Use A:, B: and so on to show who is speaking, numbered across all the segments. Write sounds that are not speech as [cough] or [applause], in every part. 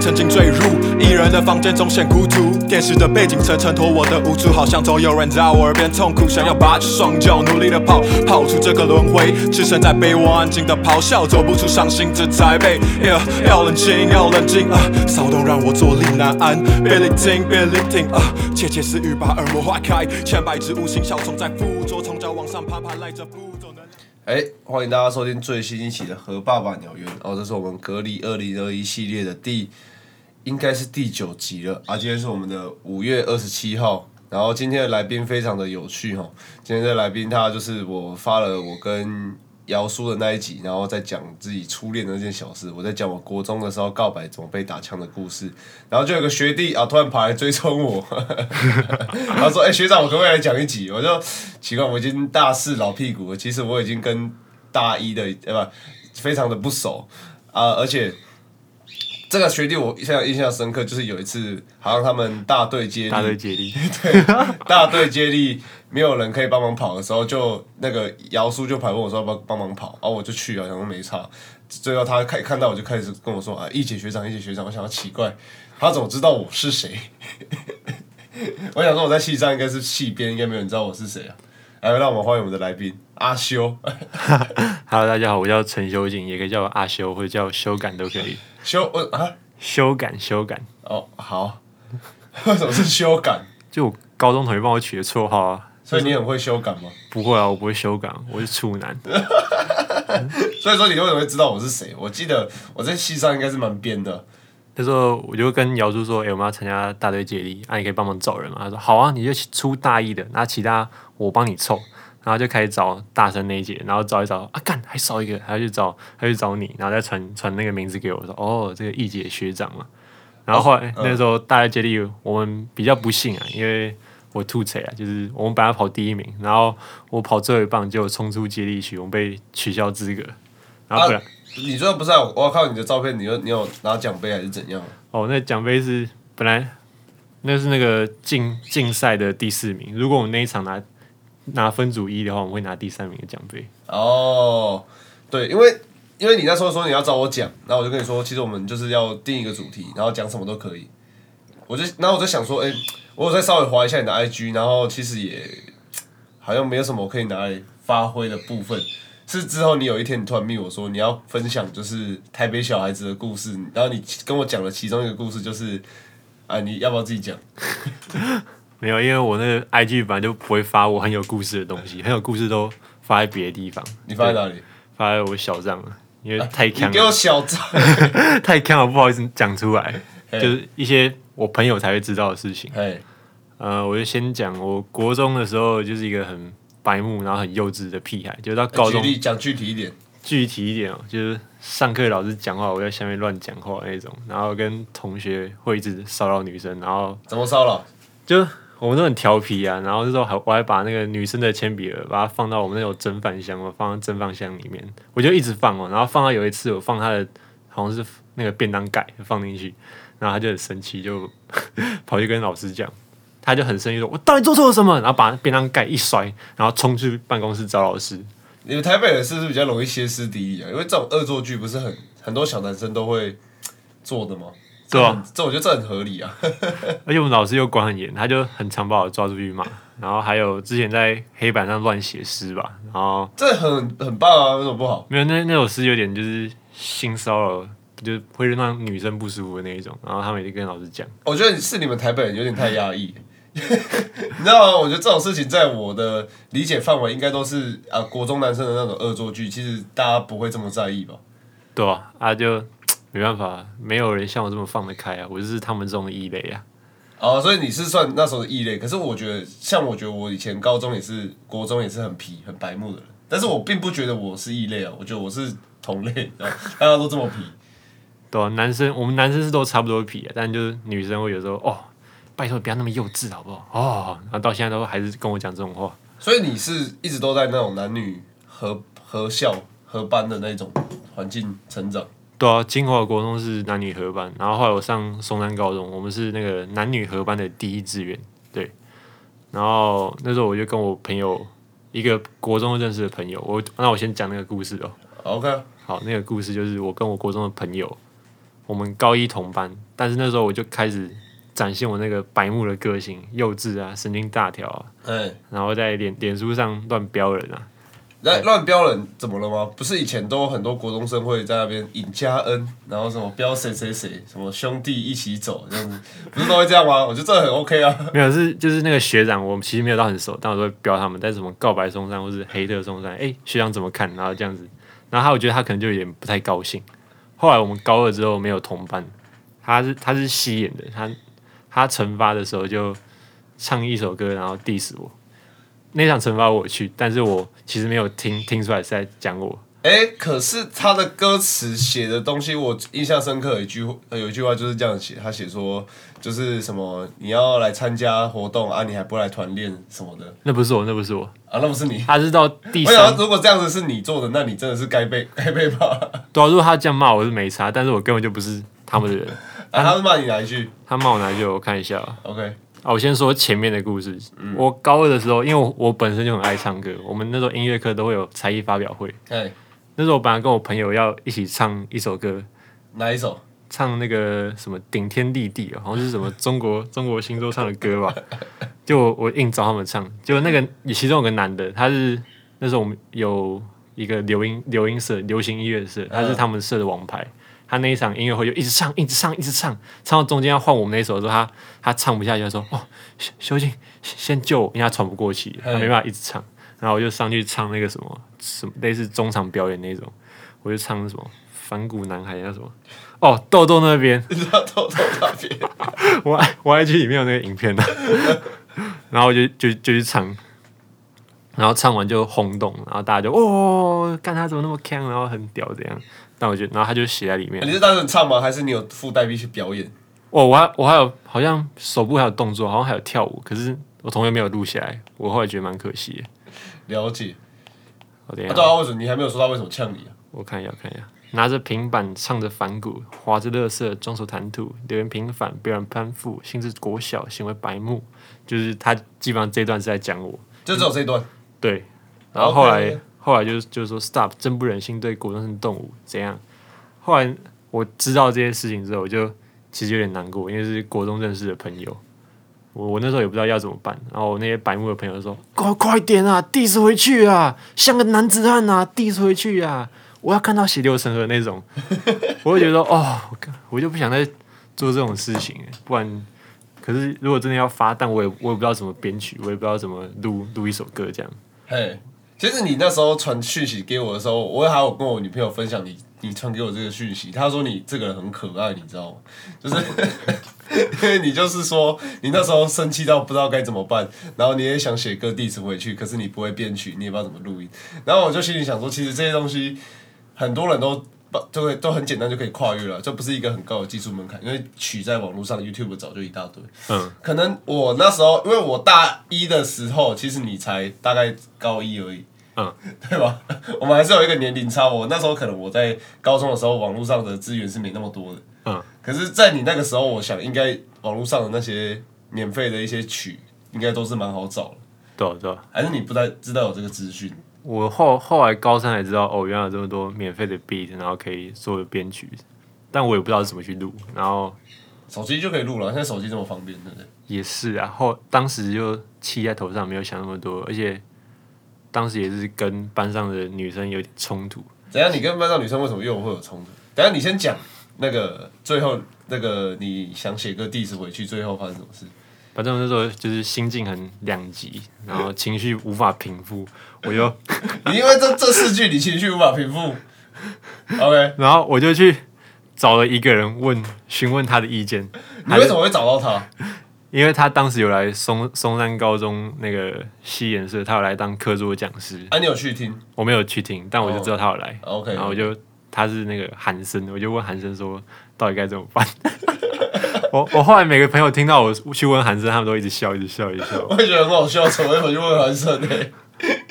A: 曾经坠入一人的房间中显孤独，电视的背景层衬托我的无助，好像总有人在我耳边痛哭，想要拔起双脚，努力的跑，跑出这个轮回，置身在被窝安静的咆哮，走不出伤心这宅配。Yeah，要冷静，要冷静啊，骚动让我坐立难安，别聆听，别聆听啊，窃窃私语把耳膜划开，千百只无形小虫在附着，从脚往上爬，爬赖着不走能。
B: 哎、欢迎大家收听最新一期的《和爸爸鸟园》哦，这是我们隔离二零二一系列的第，应该是第九集了啊。今天是我们的五月二十七号，然后今天的来宾非常的有趣哦。今天的来宾他就是我发了我跟姚叔的那一集，然后再讲自己初恋的那件小事，我在讲我国中的时候告白怎么被打枪的故事，然后就有个学弟啊突然跑来追踪我， [laughs] 他说：“哎、学长，我可不可以来讲一集？”我就奇怪，我已经大四老屁股了，其实我已经跟大一的呃不非常的不熟啊、而且这个学弟我非常印象深刻，就是有一次好像他们大队接力，
C: 大队接 [laughs] 力，
B: [laughs] 大队接力没有人可以帮忙跑的时候，就那个姚叔就跑来问我说要不要帮忙跑，然、后我就去了，想说没差。最后他看看到我就开始跟我说啊，一姐学长，一姐学长，我想要奇怪，他怎么知道我是谁？ [laughs] 我想说我在戏上应该是戏边，应该没有人知道我是谁啊。来，让我们欢迎我们的来宾阿修， [laughs]
C: Hello，大家好，我叫陈修静，也可以叫我阿修或者叫修改都可以。
B: 修我啊
C: 修改修改，
B: 哦好， [laughs] 为什么是修改？
C: 就我高中同学帮我取的绰号啊。
B: 所以你很会修改吗？
C: 不会啊，我不会修改，我是处男。
B: 所以说你为什么会知道我是谁？我记得我在戏上应该是蛮编的。
C: 那时候我就跟姚叔说：“哎、我们要参加大队接力，啊，你可以帮忙找人吗？”他说：“好啊，你就出大一的，那其他我帮你凑。”然后就开始找大三那一届，然后找一找啊，干还少一个，他去找他去找你，然后再传传那个名字给我，我说：“哦，这个一姐学长嘛。”然后后来、那时候大队接力我们比较不幸啊，因为我吐槽啊，就是我们本来跑第一名，然后我跑最后一棒，结果冲出接力区，我们被取消资格。然后
B: 啊
C: 本来、，
B: 你最后不是、啊、我靠你的照片，你有你有拿奖杯还是怎样？
C: 哦，那奖杯是本来那是那个竞竞赛的第四名，如果我们那一场拿拿分组一的话，我们会拿第三名的奖杯。
B: 哦，对，因为因为你那时候说你要找我讲，然后我就跟你说，其实我们就是要定一个主题，然后讲什么都可以。我就然后我就想说，哎、我有再稍微划一下你的 IG，然后其实也好像没有什么可以拿来发挥的部分。是之后你有一天你突然密我说你要分享就是台北小孩子的故事，然后你跟我讲了其中一个故事，就是啊你要不要自己讲？
C: 没有，因为我那个 IG 本来就不会发我很有故事的东西，很有故事都发在别的地方，
B: 你放在
C: 对
B: 哪里？
C: 发在我小账了，因为太
B: 啊你
C: 坑
B: 给我
C: 了，
B: 小
C: [laughs]
B: 张。
C: 太坑了，不好意思讲出来，
B: [laughs]
C: 就是一些我朋友才会知道的事情。
B: 哎，
C: 呃，我就先讲，我国中的时候就是一个很白目，然后很幼稚的屁孩，就到高
B: 哎举
C: 中
B: 例讲具体一点。
C: 具体一点哦，就是上课老师讲话，我在下面乱讲话那种，然后跟同学会一直骚扰女生，然后
B: 怎么骚扰？
C: 啊就我们都很调皮啊，然后那时候还我还把那个女生的铅笔盒把它放到我们那种蒸饭箱，我放到蒸饭箱里面，我就一直放哦，然后放到有一次我放她的好像是那个便当盖放进去，然后她就很生气，就跑去跟老师讲。她就很生气说：“我到底做错了什么？”然后把便当盖一摔，然后冲去办公室找老师。
B: 你们台北人是不是比较容易歇斯底里啊？因为这种恶作剧不是很很多小男生都会做的吗？
C: 对啊
B: 这很这我觉得这很合理啊。
C: 而且我们老师又管很严，他就很常把我抓出去骂。然后还有之前在黑板上乱写诗吧，然后
B: 这很很棒啊，为什么不好？
C: 没有那那首诗有点就是性骚扰，就是会让女生不舒服的那一种。然后他们也就跟老师讲，
B: 我觉得是你们台北人有点太压抑。 [laughs] 你知道吗？我觉得这种事情在我的理解范围应该都是啊，国中男生的那种恶作剧，其实大家不会这么在意吧？
C: 对啊，啊就没办法，没有人像我这么放得开啊，我就是他们这种异类啊。
B: 哦，所以你是算那时候的异类，可是我觉得，像我觉得我以前高中也是，国中也是很皮、很白目的人，但是我并不觉得我是异类啊，我觉得我是同类， [laughs] 然后大家都这么皮，
C: 对啊，男生我们男生是都差不多皮啊，但就是女生会有时候哦，拜托不要那么幼稚好不好？哦，然后到现在都还是跟我讲这种话。
B: 所以你是一直都在那种男女合合校合班的那种环境成长，
C: 对啊，金华国中是男女合班，然后后来我上松山高中，我们是那个男女合班的第一志愿，对。然后那时候我就跟我朋友一个国中认识的朋友，我那我先讲那个故事哦。
B: OK，
C: 好，那个故事就是我跟我国中的朋友，我们高一同班，但是那时候我就开始展现我那个白目的个性，幼稚啊，神经大条啊，
B: 哎，
C: 然后在脸脸书上乱标人啊。
B: 来乱标人怎么了吗？不是以前都很多国中生会在那边尹家恩，然后什么标谁谁谁，什么兄弟一起走这样子，不是都会这样吗？我觉得这很 OK 啊。
C: 没有，是就是那个学长，我们其实没有到很熟，但我都会标他们在什么告白松山或是黑特松山，哎、学长怎么看？然后这样子，然后他我觉得他可能就有点不太高兴。后来我们高二之后没有同班，他是他是西演的，他他惩罚的时候就唱一首歌，然后 diss 我。那场惩罚我去，但是我其实没有听听出来是在讲我，
B: 哎，可是他的歌词写的东西，我印象深刻有一句呃有一句话就是这样写，他写说就是什么你要来参加活动啊，你还不来团练什么的
C: 那不是我，那不是我，
B: 啊，那不是
C: [laughs]
B: 你。
C: 他是到第
B: 我想
C: 三
B: 说，如果这样子是你做的，那你真的是该被 [laughs] 该被骂。啊，
C: 对啊，如果他这样骂我是没差，但是我根本就不是他们的人，
B: 他是骂你哪一句
C: 他骂我哪句我看一下啊。
B: ？OK，
C: 啊，我先说前面的故事。我高二的时候，因为我我本身就很爱唱歌，我们那时候音乐课都会有才艺发表会。
B: 哎，
C: 那时候我本来跟我朋友要一起唱一首歌，
B: 哪一首？
C: 唱那个什么顶天立地，好像是什么中国 [laughs] 中国新说唱的歌吧。就我我硬找他们唱，就那个其中有个男的，他是那时候我们有一个流音流音社流行音乐社，他是他们社的王牌。他那一场音乐会就一直唱，一直唱，一直唱，唱到中间要换我们那一首的时候，他他唱不下去，他说：“哦，修修静，先救我，因为他喘不过气，他
B: 嗯
C: 没办法一直唱。”然后我就上去唱那个什么什么类似中场表演那种，我就唱什么反骨男孩叫什么哦豆豆那边，
B: 你知道偷偷那边？
C: [laughs] 我我 IG 里面有那个影片的， [laughs] 然后我就就就去唱，然后唱完就轰动，然后大家就哦，看他怎么那么强，然后很屌这样。但我觉得，然后他就写在里面
B: 你。是单纯唱吗？还是你有附带币去表演？
C: 哦，我还我还有好像手部还有动作，好像还有跳舞，可是我同学没有录下来，我后来觉得蛮可惜的。
B: 了解。
C: 我等
B: 啊，
C: 一下
B: 对啊，为什么你还没有说他为什么呛你啊？
C: 我看一下，我看一下，拿着平板唱着反骨，划着乐色，装手谈吐，留言平反，被人攀附，心智国小，行为白目，就是他基本上这段是在讲我，
B: 就只有这一段。
C: 对，然后后来
B: OK
C: 后来就是就是说 stop，真不忍心对国中生动武，怎样？后来我知道这些事情之后，我就其实有点难过，因为是国中认识的朋友，我我那时候也不知道要怎么办。然后我那些白目的朋友就说：“快快点啊，diss 回去啊，像个男子汉啊，diss 回去啊，我要看到血流成河那种。”我会觉得哦，我干我就不想再做这种事情，不然。可是，如果真的要发，但我也我也不知道怎么编曲，我也不知道怎么录录一首歌这样。
B: 嘿，其实你那时候传讯息给我的时候，我还有跟我女朋友分享你你传给我这个讯息，她说你这个人很可爱，你知道吗？就是因为 [laughs] 你就是说你那时候生气到不知道该怎么办，然后你也想写歌地址回去，可是你不会编曲，你也不知道怎么录音，然后我就心里想说，其实这些东西很多人都。都会都很简单就可以跨越了，这不是一个很高的技术门槛，因为曲在网络上 YouTube 早就一大堆。
C: 嗯，
B: 可能我那时候，因为我大一的时候，其实你才大概高一而已，
C: 嗯，
B: 对吧？ [laughs] 我们还是有一个年龄差。我那时候可能我在高中的时候，网络上的资源是没那么多的，
C: 嗯，
B: 可是，在你那个时候，我想应该网络上的那些免费的一些曲，应该都是蛮好找的。
C: 对啊对啊，
B: 还是你不太知道有这个资讯？
C: 我后后来高三才知道，哦，原来有这么多免费的 beat，然后可以做编曲，但我也不知道怎么去录。然后
B: 手机就可以录了，现在手机这么方便，对不对？
C: 也是啊，后当时就气在头上，没有想那么多，而且当时也是跟班上的女生有点冲突。
B: 等一下你跟班上女生为什么又会有冲突？等一下你先讲那个最后那个你想写个地址回去，最后发生什么事？
C: 反正我那时候就是心境很两极，然后情绪无法平复，我就
B: 你因为这这四句你情绪无法平复。OK，
C: 然后我就去找了一个人问询问他的意见，
B: 你为什么会找到他？
C: 因为他当时有来松松山高中那个西研社，他有来当课桌讲师，
B: 啊，你有去听
C: 我没有去听，但我就知道他有来，
B: 哦，OK
C: 然后我就他是那个韩生，我就问韩生说到底该怎么办。 [laughs] 我我后来每个朋友听到我去问韩生，他们都一直笑，一直笑，一直
B: [laughs]
C: 笑。
B: 我也觉得很好笑，怎么会去问韩胜呢、 [laughs]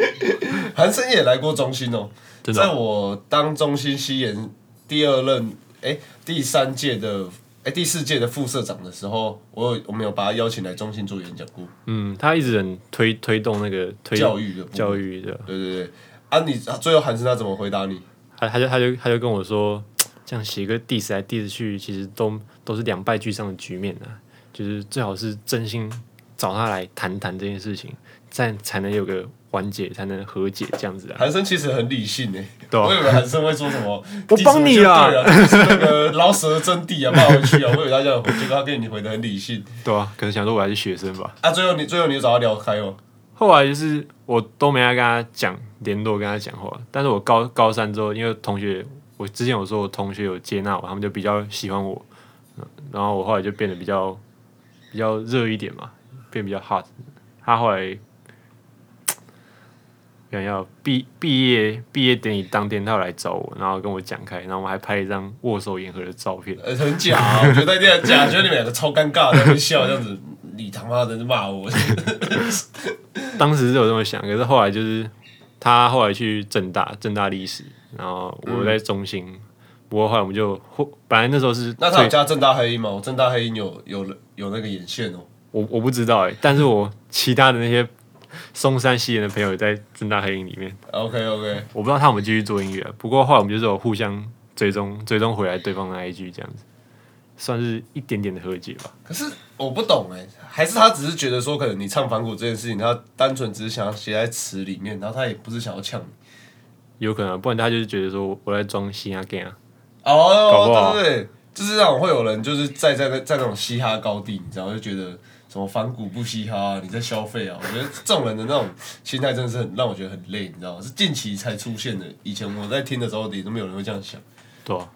B: 韩胜也来过中心哦、
C: 真的
B: 在
C: 哦
B: 我当中心西研第二任哎、第三届的哎、第四届的副社长的时候，我有我们有把他邀请来中心做演讲过，
C: 嗯，他一直很推推动那个推
B: 教育的部分
C: 教育的，
B: 对对对。啊你，啊最后韩胜他怎么回答你？
C: 他他就他就他就跟我说，这样写个 diss 来 diss 去，其实都都是两败俱伤的局面啊。就是最好是真心找他来谈谈这件事情，这样才能有个缓解，才能和解这样子啊。
B: 韩生其实很理性诶、
C: 对啊
B: 我以为韩生会说什么，
C: [laughs] 我帮你啊
B: 地址就对了就是那个 [laughs] 老舍的真谛啊，骂回去啊，我以为他这样回，结果他跟你回的很理性。
C: 对啊，可能想说我还是学生吧。
B: 啊，最后你最后你有找他聊开哦，
C: 后来就是我都没再跟他讲联络，跟他讲话。但是我高高三之后，因为同学，我之前有说我同学有接纳我，他们就比较喜欢我，嗯然后我后来就变得比较比较热一点嘛，变比较 hot。他后来想要毕毕业毕业典礼当天，他有来找我，然后跟我讲开，然后我们还拍了一张握手言和的照片。
B: 呃，很假、 [laughs] 啊，我觉得那天很假，觉得你们两个超尴尬，在那边笑这样子，你他妈的在骂我，
C: [laughs] 当时是有这么想，可是后来就是他后来去正大，正大历史，然后我在中心，不过后来我们就或本来那时候是
B: 那他有
C: 最
B: 加正大黑鹰吗？我正大黑鹰有有有那个眼线哦，
C: 我我不知道哎、但是我其他的那些松山西人的朋友也在正大黑影里面，
B: OK OK，
C: 我不知道他们有继续做音乐啊，不过后来我们就是有互相追踪追踪回来对方的 IG 这样子，算是一点点的和解吧。
B: 可是我不懂哎、还是他只是觉得说，可能你唱反骨这件事情，他单纯只是想要写在词里面，然后他也不是想要呛你。
C: 有可能啊，不然他就是觉得说我在装西啊 gay 啊，搞不
B: 哦，
C: 好
B: 对对对，就是那种会有人就是在在那在那种嘻哈高地，你知道，就觉得什么反骨不嘻哈、你在消费啊。我觉得这种人的那种心态真的是很让我觉得很累，你知道吗？是近期才出现的，以前我在听的时候，也都没有人会这样想。
C: 对啊，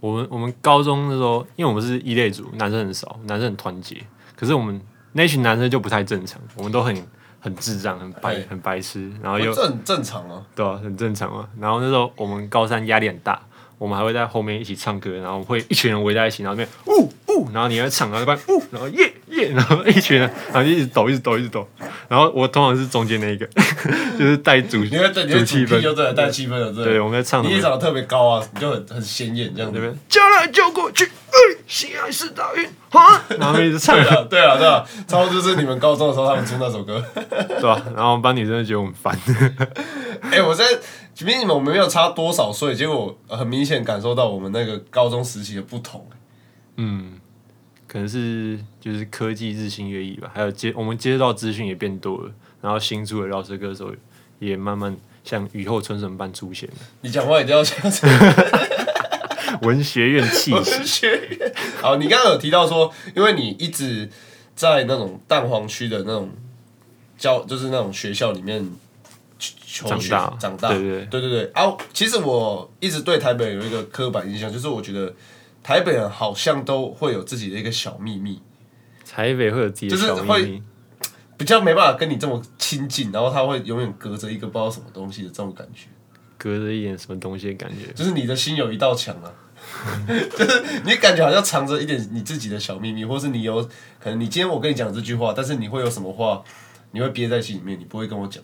C: 我们我们高中的时候，因为我们是一类组，男生很少，男生很团结。可是我们那群男生就不太正常，我们都很很智障，很白
B: 对
C: 很白痴，然后又
B: 哎哦这很正常啊，
C: 对啊，很正常嘛。然后那时候我们高三压力很大，我们还会在后面一起唱歌，然后会一群人围在一起，然后那边呜呜，然后你在唱，然后那边呜，然后耶耶，然后一群人，然后就一直抖，一直抖，一直抖。然后我通常是中间那一个， [laughs] 就是带主
B: 你会你
C: 主
B: 会主
C: 气
B: 题就
C: 氛。
B: 对了，带气氛了，
C: 对，
B: 对
C: 我
B: 了。
C: 们在唱什
B: 你也
C: 么？
B: 长得特别高啊，你就很很显眼这样
C: 那
B: 子。
C: 边将来就过去，哎，心爱是大运啊， [laughs] 然后一直唱
B: [laughs] 对，啊，对啊，对啊，差不多就是你们高中的时候他们出那首歌。
C: 对吧、然后我们班女生就觉得我
B: [laughs]
C: 们烦，
B: 哎、我在明明你们我们没有差多少岁，结果呃很明显感受到我们那个高中时期的不同。
C: 嗯，可能是就是科技日新月异吧，还有接我们接到资讯也变多了，然后新出的饶舌歌手也慢慢像雨后春笋般出现
B: [laughs]
C: 了，
B: 你讲话一定要这样
C: [laughs]
B: 子，
C: 文学院气
B: 我 [laughs]
C: 息，
B: 是学员。好，你刚刚有提到说，因为你一直在那种蛋黄区的那种教，就是那种学校里面求求学
C: 长大
B: 长大，
C: 对对
B: 对对对啊，其实我一直对台北有一个刻板印象，就是我觉得台北人好像都会有自己的一个小秘密。
C: 台北会有自己的
B: 就是
C: 小
B: 会
C: 秘密，
B: 比较没办法跟你这么亲近，然后他会永远隔着一个不知道什么东西的这种感觉，
C: 隔着一点什么东西的感觉。
B: 就是你的心有一道墙啊， [laughs] 就是你感觉好像藏着一点你自己的小秘密，或是你有可能你今天我跟你讲这句话，但是你会有什么话，你会憋在心里面，你不会跟我讲，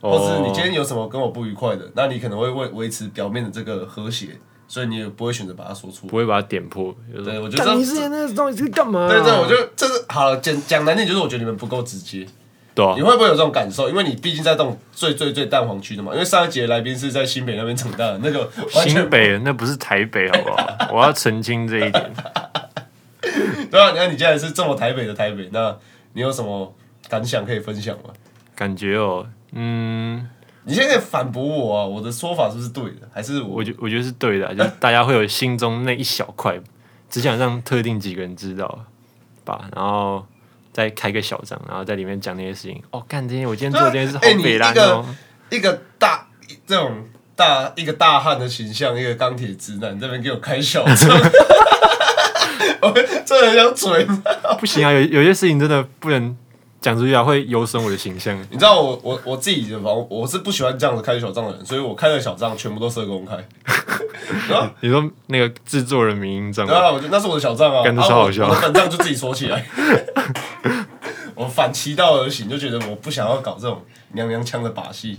C: 哦
B: 或是你今天有什么跟我不愉快的，那你可能会为维持表面的这个和谐，所以你也不会选择把它说出来
C: 不。会把它点破，就
B: 对
C: 说
B: 我觉得
C: 干
B: 这
C: 你之前那个东西是干嘛啊、
B: 对对，我就这是好了，讲讲难听，就是我觉得你们不够直接。
C: 对啊
B: 你，会不会有这种感受？因为你毕竟在这种最最最蛋黄区的嘛。因为上一节来宾是在新北那边长大的，那个完全
C: 新北那不是台北，好不
B: [laughs]
C: 好？我要澄清这一点。
B: 对啊。你看你既然是这么台北的台北，那你有什么感想可以分享吗？
C: 感觉哦，嗯，
B: 你现在可以反驳我啊，我的说法是不是对的？还是我
C: 我觉我觉得是对
B: [laughs]
C: 的啊、就是大家会有心中那一小块，只想让特定几个人知道吧，然后再开个小张，然后在里面讲那些事情。哦，干这些，我今天做这件事好
B: 对啊哎
C: 北啦
B: 你一个
C: 哦，
B: 一个大一这种大一个大汉的形象，一个钢铁直男，你这边给我开小车，我这很想嘴。
C: 不行啊，有有些事情真的不能讲出去啊，会有损我的形象。
B: 你知道我我我自己的房，我是不喜欢这样子开小账的人，所以我开的小账全部都社工开。然后
C: 你说那个制作人名音账
B: 对
C: 吗，
B: 啊，我觉得那是我的小账啊，
C: 干这
B: 啊
C: 超
B: 我
C: 好笑
B: 我的本账就自己锁起来。 [laughs] 我反其道而行，就觉得我不想要搞这种娘娘腔的把戏，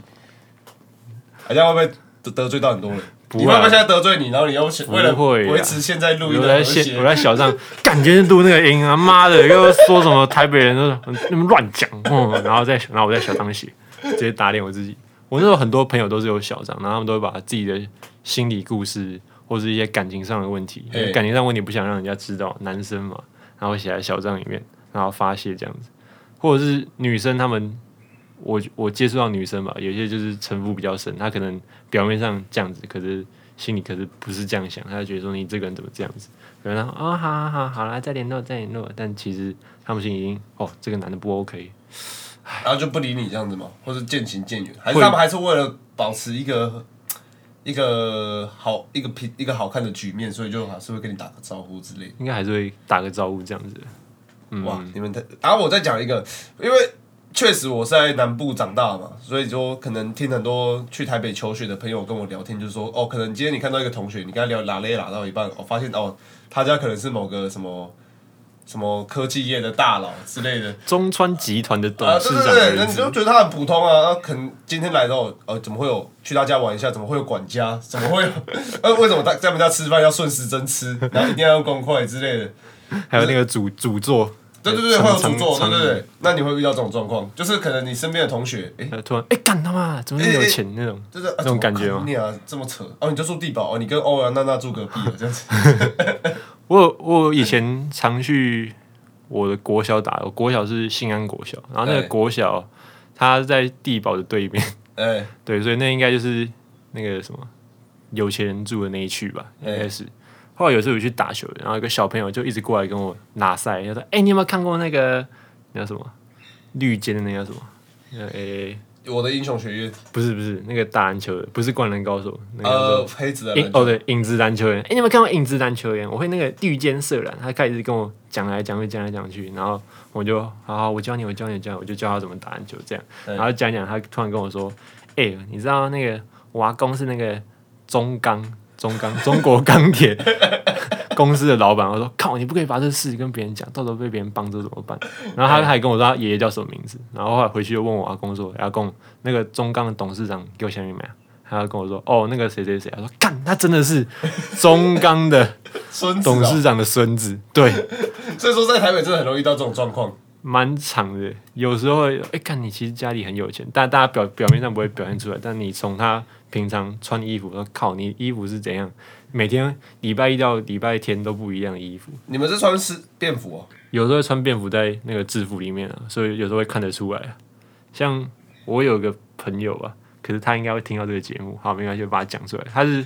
B: 好像会不会得得罪到很多人？
C: 不
B: 你
C: 会啊
B: 会不会现在得罪你，然后你又为了
C: 不会啊
B: 维持现在录音
C: 我
B: 的和
C: 在现我
B: 谐？
C: 在小张，感觉录那个音啊，妈的，又说什么台北人都那么乱讲，嗯，然后再然后我在小张写，直接打脸我自己。我那时候很多朋友都是有小张，然后他们都会把自己的心理故事或是一些感情上的问题，
B: 哎
C: 因为感情上问题不想让人家知道，男生嘛，然后写在小账里面，然后发泄这样子，或者是女生她们，我我接触到女生吧，有些就是城府比较深，她可能表面上这样子，可是心里可是不是这样想，她就觉得说你这个人怎么这样子，然后啊、哦，好好好，好啦，再联络再联络，但其实他们心里已经哦，这个男的不 OK，
B: 然后就不理你这样子嘛，或是渐行渐远，还是他们还是为了保持一个一个好一个平一个好看的局面，所以就还是会跟你打个招呼之类的。
C: 应该还是会打个招呼这样子。嗯
B: 哇，你们的，然后我再讲一个，因为确实我是在南部长大嘛，所以说可能听很多去台北求学的朋友跟我聊天，就是说哦，可能今天你看到一个同学，你跟他聊拉嘞拉到一半，我、哦、发现哦，他家可能是某个什么什么科技业的大佬之类的，
C: 中川集团的董
B: 啊，
C: 事
B: 对对
C: 嗯长
B: 对，那
C: 儿
B: 你
C: 子，
B: 就觉得他很普通啊。啊可能今天来到，呃，怎么会有去他家玩一下？怎么会有管家？怎么会有？ [laughs] 呃，为什么他在我们家吃饭要顺时针吃，然后一定要用公筷之类的？
C: 还有那个主主座，呃
B: 对对对，会有主座，对
C: 常
B: 对对。那你会遇到这种状况，就是可能你身边的同学，诶，
C: 呃突然哎干他妈，怎么那么有钱那种
B: 就是、啊、
C: 那种感觉吗？
B: 你啊，这么扯哦，你就住地堡哦，你跟欧阳娜娜住隔壁哦，这样子。 [laughs]
C: 我有我以前常去我的国小打，我国小是信安国小，然后那个
B: 对
C: 国小它在地堡的对面， [laughs]
B: 哎，
C: 对，所以那应该就是那个什么有钱人住的那一区吧，应该是。后来有一次我去打球，然后一个小朋友就一直过来跟我拿赛，他说：“哎、你有没有看过那个那叫什么绿间的那叫什么？呃，哎、
B: 我的英雄学院，
C: 不是不是那个打篮球的，不是灌篮高手，那个叫做
B: 呃，黑子的
C: 影
B: 篮球
C: 哦对，影子篮球员。哎、你有没有看过影子篮球员？我会那个绿箭射篮，他开始跟我讲来讲去，讲来讲去，然后我就好好，我教你，我教你，我教你，我就教他怎么打篮球这样。
B: 对
C: 然后讲一讲，他突然跟我说：“哎、你知道那个我阿公是那个中钢中钢中国钢铁公司的老板？”我 [laughs] 说：“靠，你不可以把这事跟别人讲，到时候被别人帮着怎么办？”然后他还跟我说他爷爷叫什么名字，然后后来回去又问我阿公说：“哎阿公，那个中钢的董事长给我下面买。”啊他就跟我说：“哦，那个谁谁谁。”他说：“干，他真的是中钢的
B: 孙子、
C: 董
B: 哦，
C: 事长的孙子。”对，
B: 所以说在台北真的很容易遇到这种状况。
C: 蛮长的。有时候，哎、看你其实家里很有钱，但大家表表面上不会表现出来，但你从他平常穿衣服，说靠，你衣服是怎样？每天礼拜一到礼拜天都不一样的衣服，
B: 你们是穿是便服哦？
C: 有时候会穿便服在那个制服里面啊，所以有时候会看得出来啊。像我有个朋友啊，可是他应该会听到这个节目，好，没关系，我把他讲出来。他是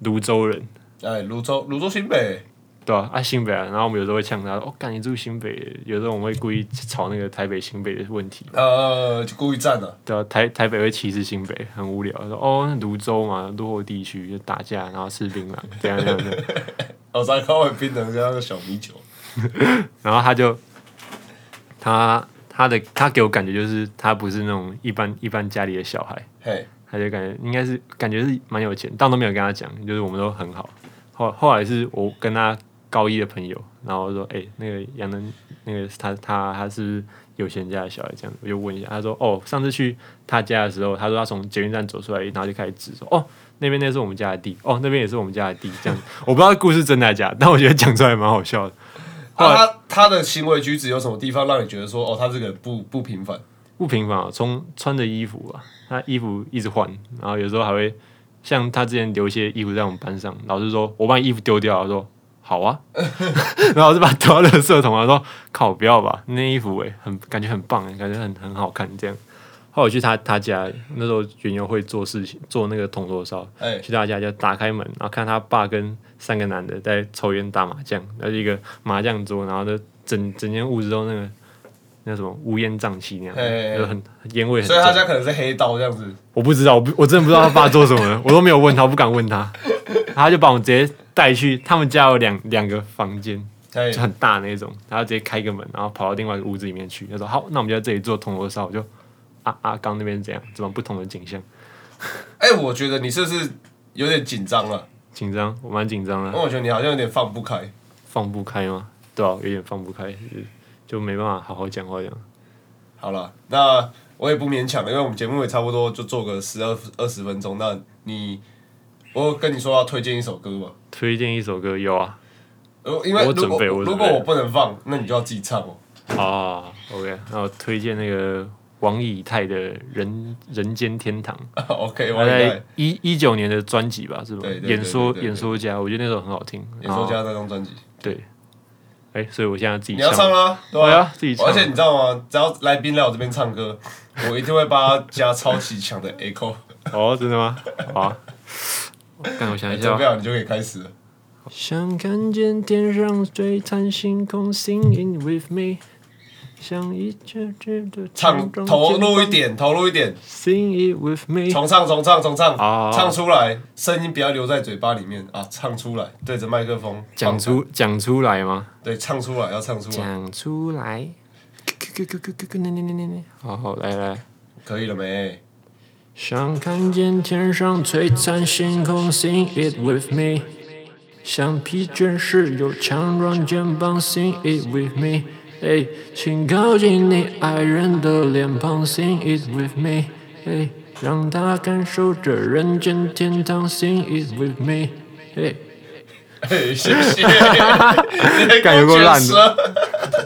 C: 泸州人，
B: 哎，泸州，泸州新北，
C: 对啊，啊新北啊，然后我们有时候会呛他，哦，干你住新北，有时候我们会故意吵那个台北新北的问题，
B: 呃，就故意站了、
C: 对啊，台台北会歧视新北，很无聊。说哦，那泸州嘛，落后地区就打架，然后吃槟榔，这样这样这样。
B: 我才看完冰冷加上小米酒，
C: 然后他就他他的他给我感觉就是他不是那种一般一般家里的小孩，
B: 嘿，
C: 他就感觉应该是感觉是蛮有钱，但我都没有跟他讲，就是我们都很好。后后来是我跟他高一的朋友，然后我说，哎、那个杨能，那个他他他是不是有钱家的小孩这样子，我就问一下，他说，哦，上次去他家的时候，他说他从捷运站走出来，然后就开始指说，哦，那边那是我们家的地，哦，那边也是我们家的地，这样。我不知道故事真的还假的，但我觉得讲出来蛮好笑的。后
B: 啊、
C: 来
B: 他他的行为举止有什么地方让你觉得说，哦，他这个人不不平凡？
C: 不平凡啊，从穿的衣服啊，他衣服一直换，然后有时候还会像他之前留一些衣服在我们班上，老师说我把你衣服丢掉，他说好啊，然后我就把它丢到垃圾桶，他说靠不要吧，那衣服哎、很感觉很棒，感觉很很好看这样。后来我去他他家，那时候园游会做事情，做那个铜锣烧，
B: 哎、
C: 去他家就打开门，然后看他爸跟三个男的在抽烟打麻将，那是一个麻将桌，然后呢，整整间屋子都那个那什么乌烟瘴气那样，
B: 嘿嘿嘿
C: 就很烟味很
B: 所
C: 重
B: 以。他家可能是黑道这样子，
C: 我不知道，我不我真的不知道他爸做什么了，我都没有问他，我不敢问
B: [laughs]
C: 他，他就把我直接带去他们家有两两个房间，
B: 哎
C: 就，很大那种，然后直接开个门，然后跑到另外一个屋子里面去。他说：“好，那我们就在这里做铜锣烧。”我就啊啊，刚那边是怎样？怎么不同的景象？
B: 哎、我觉得你是不是有点紧张了？
C: 紧张，我蛮紧张的
B: 因为。我觉得你好像有点放不开。
C: 放不开吗？对啊，有点放不开，就是就没办法好好讲话这样。
B: 好了，那我也不勉强了，因为我们节目也差不多就做个十二二十分钟。那你，我跟你说要推荐一首歌嘛？
C: 推荐一首歌有啊
B: 呃，因为
C: 我
B: 如
C: 准
B: 果
C: 备我准备
B: 如果我不能放，那你就要自己唱哦。
C: 啊，OK，那我推荐那个王以太的人人间天堂，
B: [laughs] OK，
C: 他
B: 王以
C: 在
B: 太
C: 一一九年的专辑吧，是吧？
B: 对对对
C: 演
B: 对
C: 说
B: 对对
C: 演说家，我觉得那首很好听。啊
B: 演说家那张专辑，
C: 对，哎，所以我现在自己
B: 你要唱吗？对
C: 我
B: 啊
C: 要自己唱。
B: 而且你知道吗？只要来宾来我这边唱歌， [laughs] 我一定会帮他加超级强的 echo。
C: 哦，真
B: [laughs]
C: 的吗？好啊，看我想一下
B: 准备
C: 哦。
B: 好你就可以开始了。
C: 想看见天上璀璨星空，Singing with me，想一直直的
B: 唱投入一点，投入一点，
C: ，Sing it with
B: [laughs]
C: me。
B: 重唱，重唱，重唱
C: 好好，
B: 唱出来，声音不要留在嘴巴里面啊！唱出来，对着麦克风
C: 讲
B: 放
C: 出讲出来吗？
B: 对，唱出来，要唱出来，
C: 讲出来。好好来来，
B: 可以了没？
C: 想看见天上璀璨星空，Sing it with me。想疲倦时有强壮肩膀，Sing it with me。哎，请靠近你爱人的脸庞，Sing it with me。哎，让他感受这人间天堂，Sing it with me。哎，
B: 嘿谢
C: [laughs]
B: 谢，
C: 感觉够烂的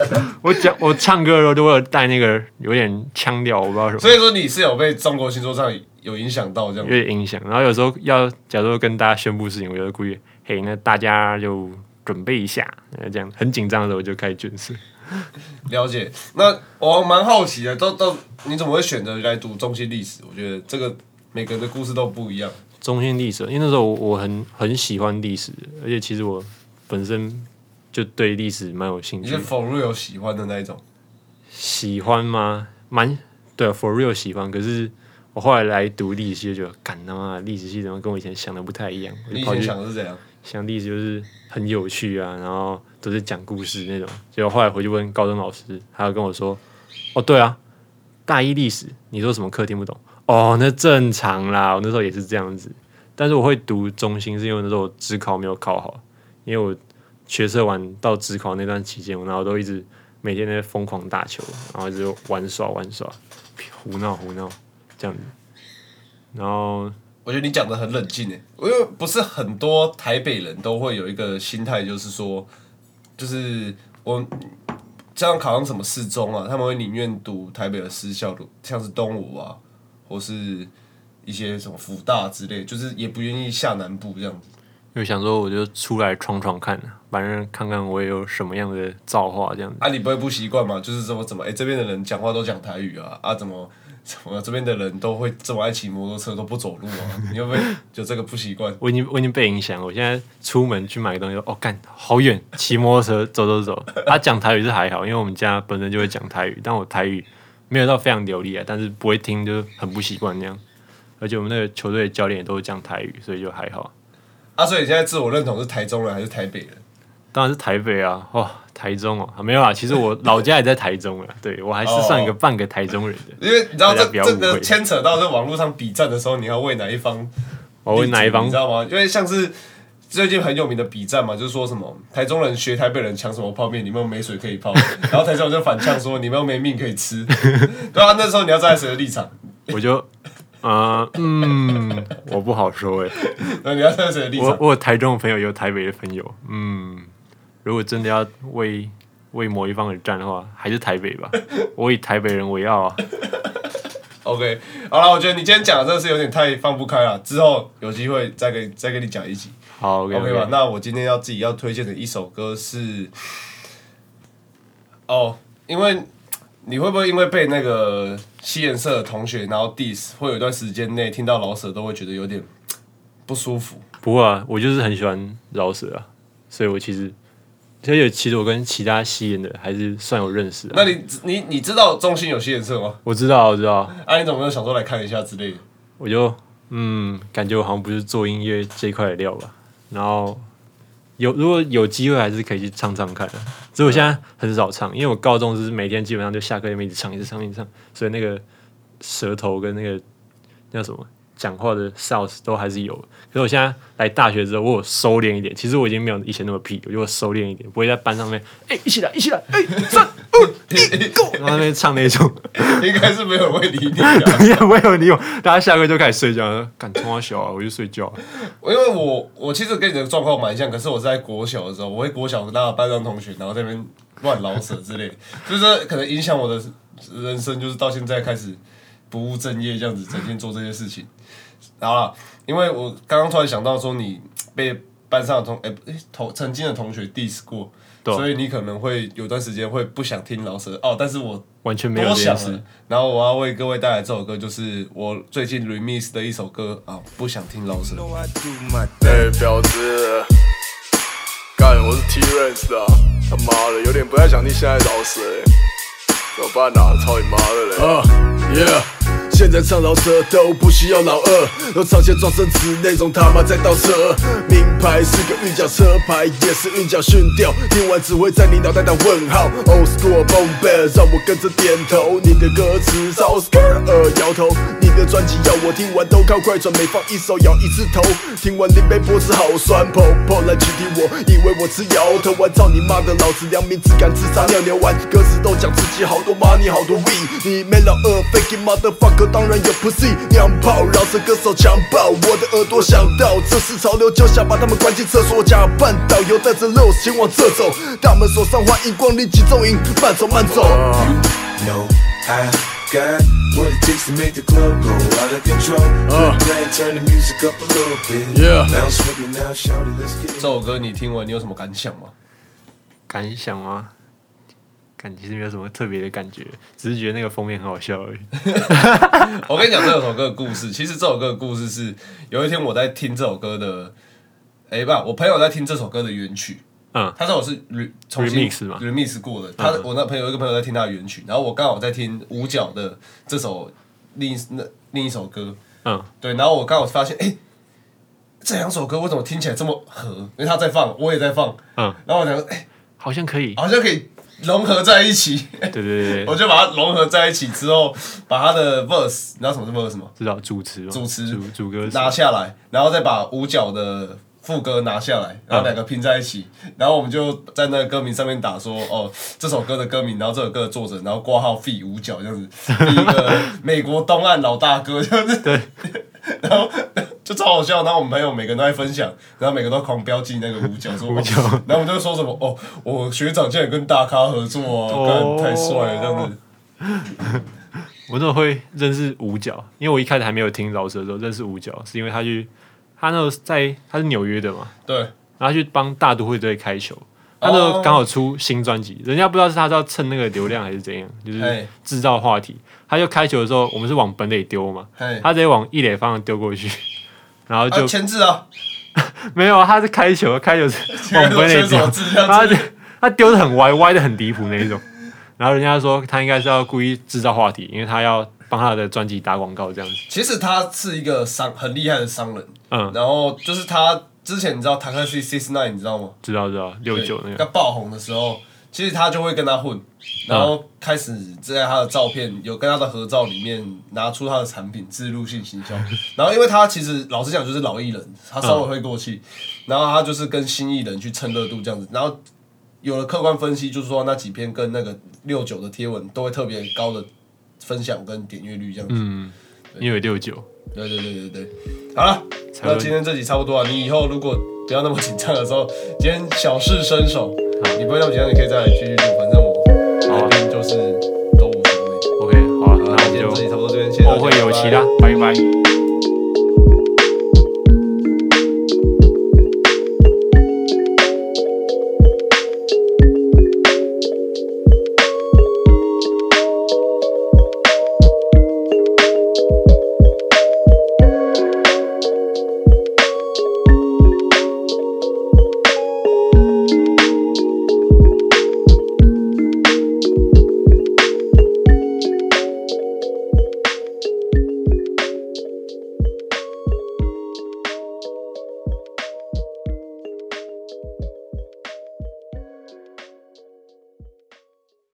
B: 的。
C: 我讲我唱歌的时候都会有带那个有点腔调，我不知道什么。
B: 所以说你是有被中国新说唱有影响到这样
C: 有点影响。然后有时候要假如跟大家宣布事情，我就故意嘿，那大家就准备一下，呃这样很紧张的时候我就开始卷舌。
B: 了解。那我蛮好奇的，都都你怎么会选择来读中心历史？我觉得这个每个人的故事都不一样。
C: 中心历史，因为那时候我我很很喜欢历史，而且其实我本身就对历史蛮有兴
B: 你
C: 趣
B: 是。否若有喜欢的那一种？
C: 喜欢吗？蛮对啊，for real 喜欢。可是我后来来读历史，就觉得干他妈的历史系怎么跟我以前想的不太一样？我
B: 你
C: 就
B: 以
C: 跑
B: 前
C: 去
B: 想的是怎样？
C: 想历史就是很有趣啊，然后都是讲故事那种。结果后来回去问高中老师，他就跟我说：“哦，对啊，大一历史，你说什么课听不懂？哦，那正常啦，我那时候也是这样子。但是我会读中心，是因为那时候我职考没有考好，因为我学测完到职考那段期间，我然后都一直每天在疯狂打球，然后一直玩耍玩耍，胡闹胡闹这样子。然后
B: 我觉得你讲的很冷静诶，因为不是很多台北人都会有一个心态，就是说，就是我这样考上什么四中啊，他们会宁愿读台北的私校的，像是东吴啊，或是一些什么福大之类，就是也不愿意下南部这样子。
C: 就想说我就出来闯闯看，反正看看我有什么样的造化这样子。
B: 啊，你不会不习惯吗？就是怎么怎么，哎、这边的人讲话都讲台语啊，啊，怎么怎么这边的人都会这么爱骑摩托车都不走路啊？你会不会就这个不习惯？
C: 我已经我已经被影响了，我现在出门去买个东西，哦，干好远，骑摩托车走走走。他、讲台语是还好，因为我们家本身就会讲台语，但我台语没有到非常流利啊，但是不会听就很不习惯那样。而且我们那个球队的教练也都是讲台语，所以就还好。
B: 啊，所以你现在自我认同是台中人还是台北人？
C: 当然是台北啊，哦，台中哦，没有啊，其实我老家也在台中啊，对我还是算一个半个台中人的。
B: 因为你知道这
C: 大家不要误
B: 这
C: 会
B: 个牵扯到这网络上比战的时候，你要为哪一方
C: 我问哪一方
B: 立足你知道吗？因为像是最近很有名的比战嘛，就是说什么台中人学台北人抢什么泡面，你们又没水可以泡，
C: [laughs]
B: 然后台中人就反呛说你们又没命可以吃， [laughs] 对啊，那时候你要站在谁的立场？
C: 我就，呃，嗯，我不好说哎、
B: 那你要站在谁的立
C: 我
B: 场？
C: 我有台中的朋友，也有台北的朋友，嗯，如果真的要为为某一方而战的话，还是台北吧。我以台北人为傲啊，
B: OK，好了，我觉得你今天讲的真的是有点太放不开了，之后有机会再给再跟你讲一集。
C: 好
B: OK 吧？
C: ，OK，
B: 那我今天要自己要推荐的一首歌是，哦，因为你会不会因为被那个西颜色的同学然后 diss，会有一段时间内听到老舍都会觉得有点不舒服？
C: 不过啊，我就是很喜欢饶舌啊，所以我其实，而且其实我跟其他吸烟的还是算有认识、
B: 那
C: 啊。
B: 你你你知道中心有西颜色吗？
C: 我知道，我知道，
B: 啊，你怎么没有想说来看一下之类的？
C: 我就嗯，感觉我好像不是做音乐这一块的料吧。然后有如果有机会，还是可以去唱唱看的。只是我现在很少唱，因为我高中就是每天基本上就下课就一直唱，一直唱，一直唱，所以那个舌头跟那个那叫什么讲话的 sounds 都还是有。可是我现在来大学之后，我有收敛一点。其实我已经没有以前那么屁，我就收敛一点，不会在班上面哎、一起来一起来哎、三二一 go，然后在那边唱那种。
B: [laughs]
C: [laughs]
B: 应该是没有人会理你啊，
C: 也没有你有，大家下课就开始睡觉了，敢冲我小啊，我就睡觉啊、
B: 因为我我其实跟你的状况蛮像，可是我是在国小的时候，我会国小拉班上同学，然后在那边乱老舍之类的，就是说可能影响我的人生就是到现在开始不务正业这样子，整天做这些事情。好了，因为我刚刚突然想到说你被班上的同哎、不哎同曾经的同学 diss 过，
C: 对
B: 所以你可能会有段时间会不想听老师哦，但是我
C: 完全没有
B: 多
C: 这件
B: 想
C: 事
B: 了。。然后我要为各位带来这首歌，就是我最近 remix 的一首歌啊、不想听老师。
D: I do my thing. 哎，婊子，干，我是 T Rex 的啊，他妈的，有点不太想听现在饶舌、欸，怎么办啊？操你妈的嘞！啊、耶！现在唱饶舌都不需要老二，都唱些撞生词，内容他妈在倒车。名牌是个韵脚，车牌也是韵脚训调，听完只会在你脑袋打问号。Old school b o m b a 让我跟着点头，你的歌词照 s k i r 呃摇头，你的专辑要我听完都靠快转，每放一首摇一次头，听完林杯脖子好酸，跑跑来取缔我，以为我吃摇头丸，操你妈的，老子良民只敢自杀尿尿丸，歌词都讲自己好多 money 好多 we，你没老二，faking motherfucker 当然有 pussy，娘炮，饶舌歌手强暴，我的耳朵想到这是潮流，就想把他们关进厕所，假扮导游带着 rose 前往这走，他们手上欢迎光临集中营，慢走慢走。
E: No, I got what it takes to make the club go out of control. Uh. Plan, turn the music up a little bit.
D: Yeah.
E: Bounce with me now, shout it, let's get it.
B: 这首歌你听完你有什么感想吗？
C: 感想吗？感其实没有什么特别的感觉，只是觉得那个封面很好笑而已。 [laughs]
B: 我跟你讲这首歌的故事，其实这首歌的故事是有一天我在听这首歌的，哎、不，我朋友在听这首歌的原曲，
C: 嗯，
B: 他说我是 re, 重新
C: Remix 嗯嘛
B: remix 过的，他、我那朋友有一个朋友在听他的原曲，然后我刚好在听五角的这首另一那另一首歌，
C: 嗯，
B: 对，然后我刚好发现，哎、这两首歌为什么听起来这么合？因为他在放，我也在放，
C: 嗯，
B: 然后我想说，哎、
C: 好像可以。
B: 好像可以融合在一起，
C: 对对对
B: 我
C: 对，
B: 就把它融合在一起之后，把他的 verse，你知道什么是 verse 吗？
C: 知道主持吗
B: 主持
C: 主主歌手
B: 拿下来，然后再把五角的副歌拿下来，然后两个拼在一起，然后我们就在那个歌名上面打说，哦，这首歌的歌名，然后这首歌的作者，然后挂号 Fee 五角这样子，
C: [laughs]
B: 一个美国东岸老大哥这样子，对，然后就超好笑，然后我们朋友每个人都在分享，然后每个都狂标记那个五角说
C: [laughs]
B: 五
C: 角
B: 然后我们就说什么哦，我学长竟然跟大咖合作哦，
C: 哦
B: 干太帅了这样子。
C: 我怎么会认识五角？因为我一开始还没有听饶舌的时候认识五角，是因为他去他那时候在他是纽约的嘛，
B: 对，
C: 然后他去帮大都会队开球。他那时
B: 哦
C: 候刚好出新专辑，人家不知道是他要蹭那个流量还是怎样，就是
B: 嘿
C: 制造话题。他就开球的时候，我们是往本垒丢嘛，
B: 嘿
C: 他直接往一垒方向丢过去，然后
B: 啊，
C: 就
B: 签字啊，
C: 没有，他是开球，开
B: [laughs]
C: 球是往分内
B: 签什
C: 丢
B: 么字这，样子
C: 他就他丢的很歪，歪的很离谱那一种。然后人家说他应该是要故意制造话题，因为他要帮他的专辑打广告这样子。
B: 其实他是一个商很厉害的商人，
C: 嗯
B: 然后就是他之前你知道塔克西 Six Nine 你知道吗？
C: 知道知道，六九那
B: 他
C: 个，嗯
B: 爆红的时候，其实他就会跟他混，然后开始在他的照片有跟他的合照里面拿出他的产品植入性行
C: [laughs]
B: 销，然后因为他其实老实讲就是老艺人，他稍微会过气，
C: 嗯
B: 然后他就是跟新艺人去蹭热度这样子，然后有了客观分析，就是说那几篇跟那个六九的贴文都会特别高的分享跟点阅率这样子，
C: 因为六九，
B: 对对对对对，好了，
C: 才会
B: 那今天这集差不多了。你以后如果不要那么紧张的时候，今天小试身手，你不会那么紧张，你可以再来继续录。反正我
C: 好
B: 那
C: 啊
B: 边就是都无所谓。
C: ，OK，好
B: 好
C: 啊，那我
B: 了，今天
C: 们
B: 这集
C: 就
B: 差不多这边，谢谢大家
C: 后会有期
B: 拜拜
C: 啦，拜拜。